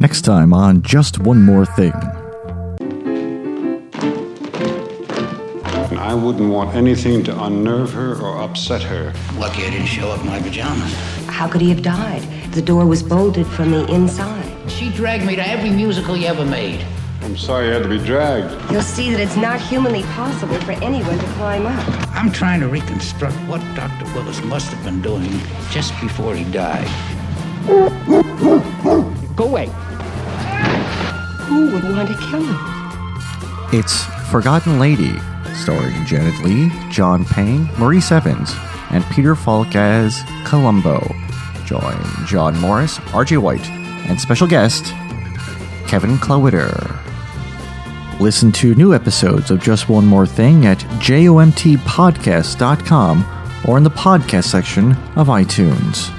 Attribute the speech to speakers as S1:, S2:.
S1: Next time on Just One More Thing.
S2: And I wouldn't want anything to unnerve her or upset her.
S3: Lucky I didn't show up in my pajamas.
S4: How could he have died? The door was bolted from the inside.
S3: She dragged me to every musical you ever made.
S2: I'm sorry I had to be dragged.
S4: You'll see that it's not humanly possible for anyone to climb up.
S3: I'm trying to reconstruct what Dr. Willis must have been doing just before he died. Go away.
S4: Who would want to kill him?
S1: It's Forgotten Lady, starring Janet Lee, John Payne, Maurice Evans, and Peter Falk as Columbo. Join John Morris, RJ White, and special guest Kevin Clowiter. Listen to new episodes of Just One More Thing at jomtpodcast.com or in the podcast section of iTunes.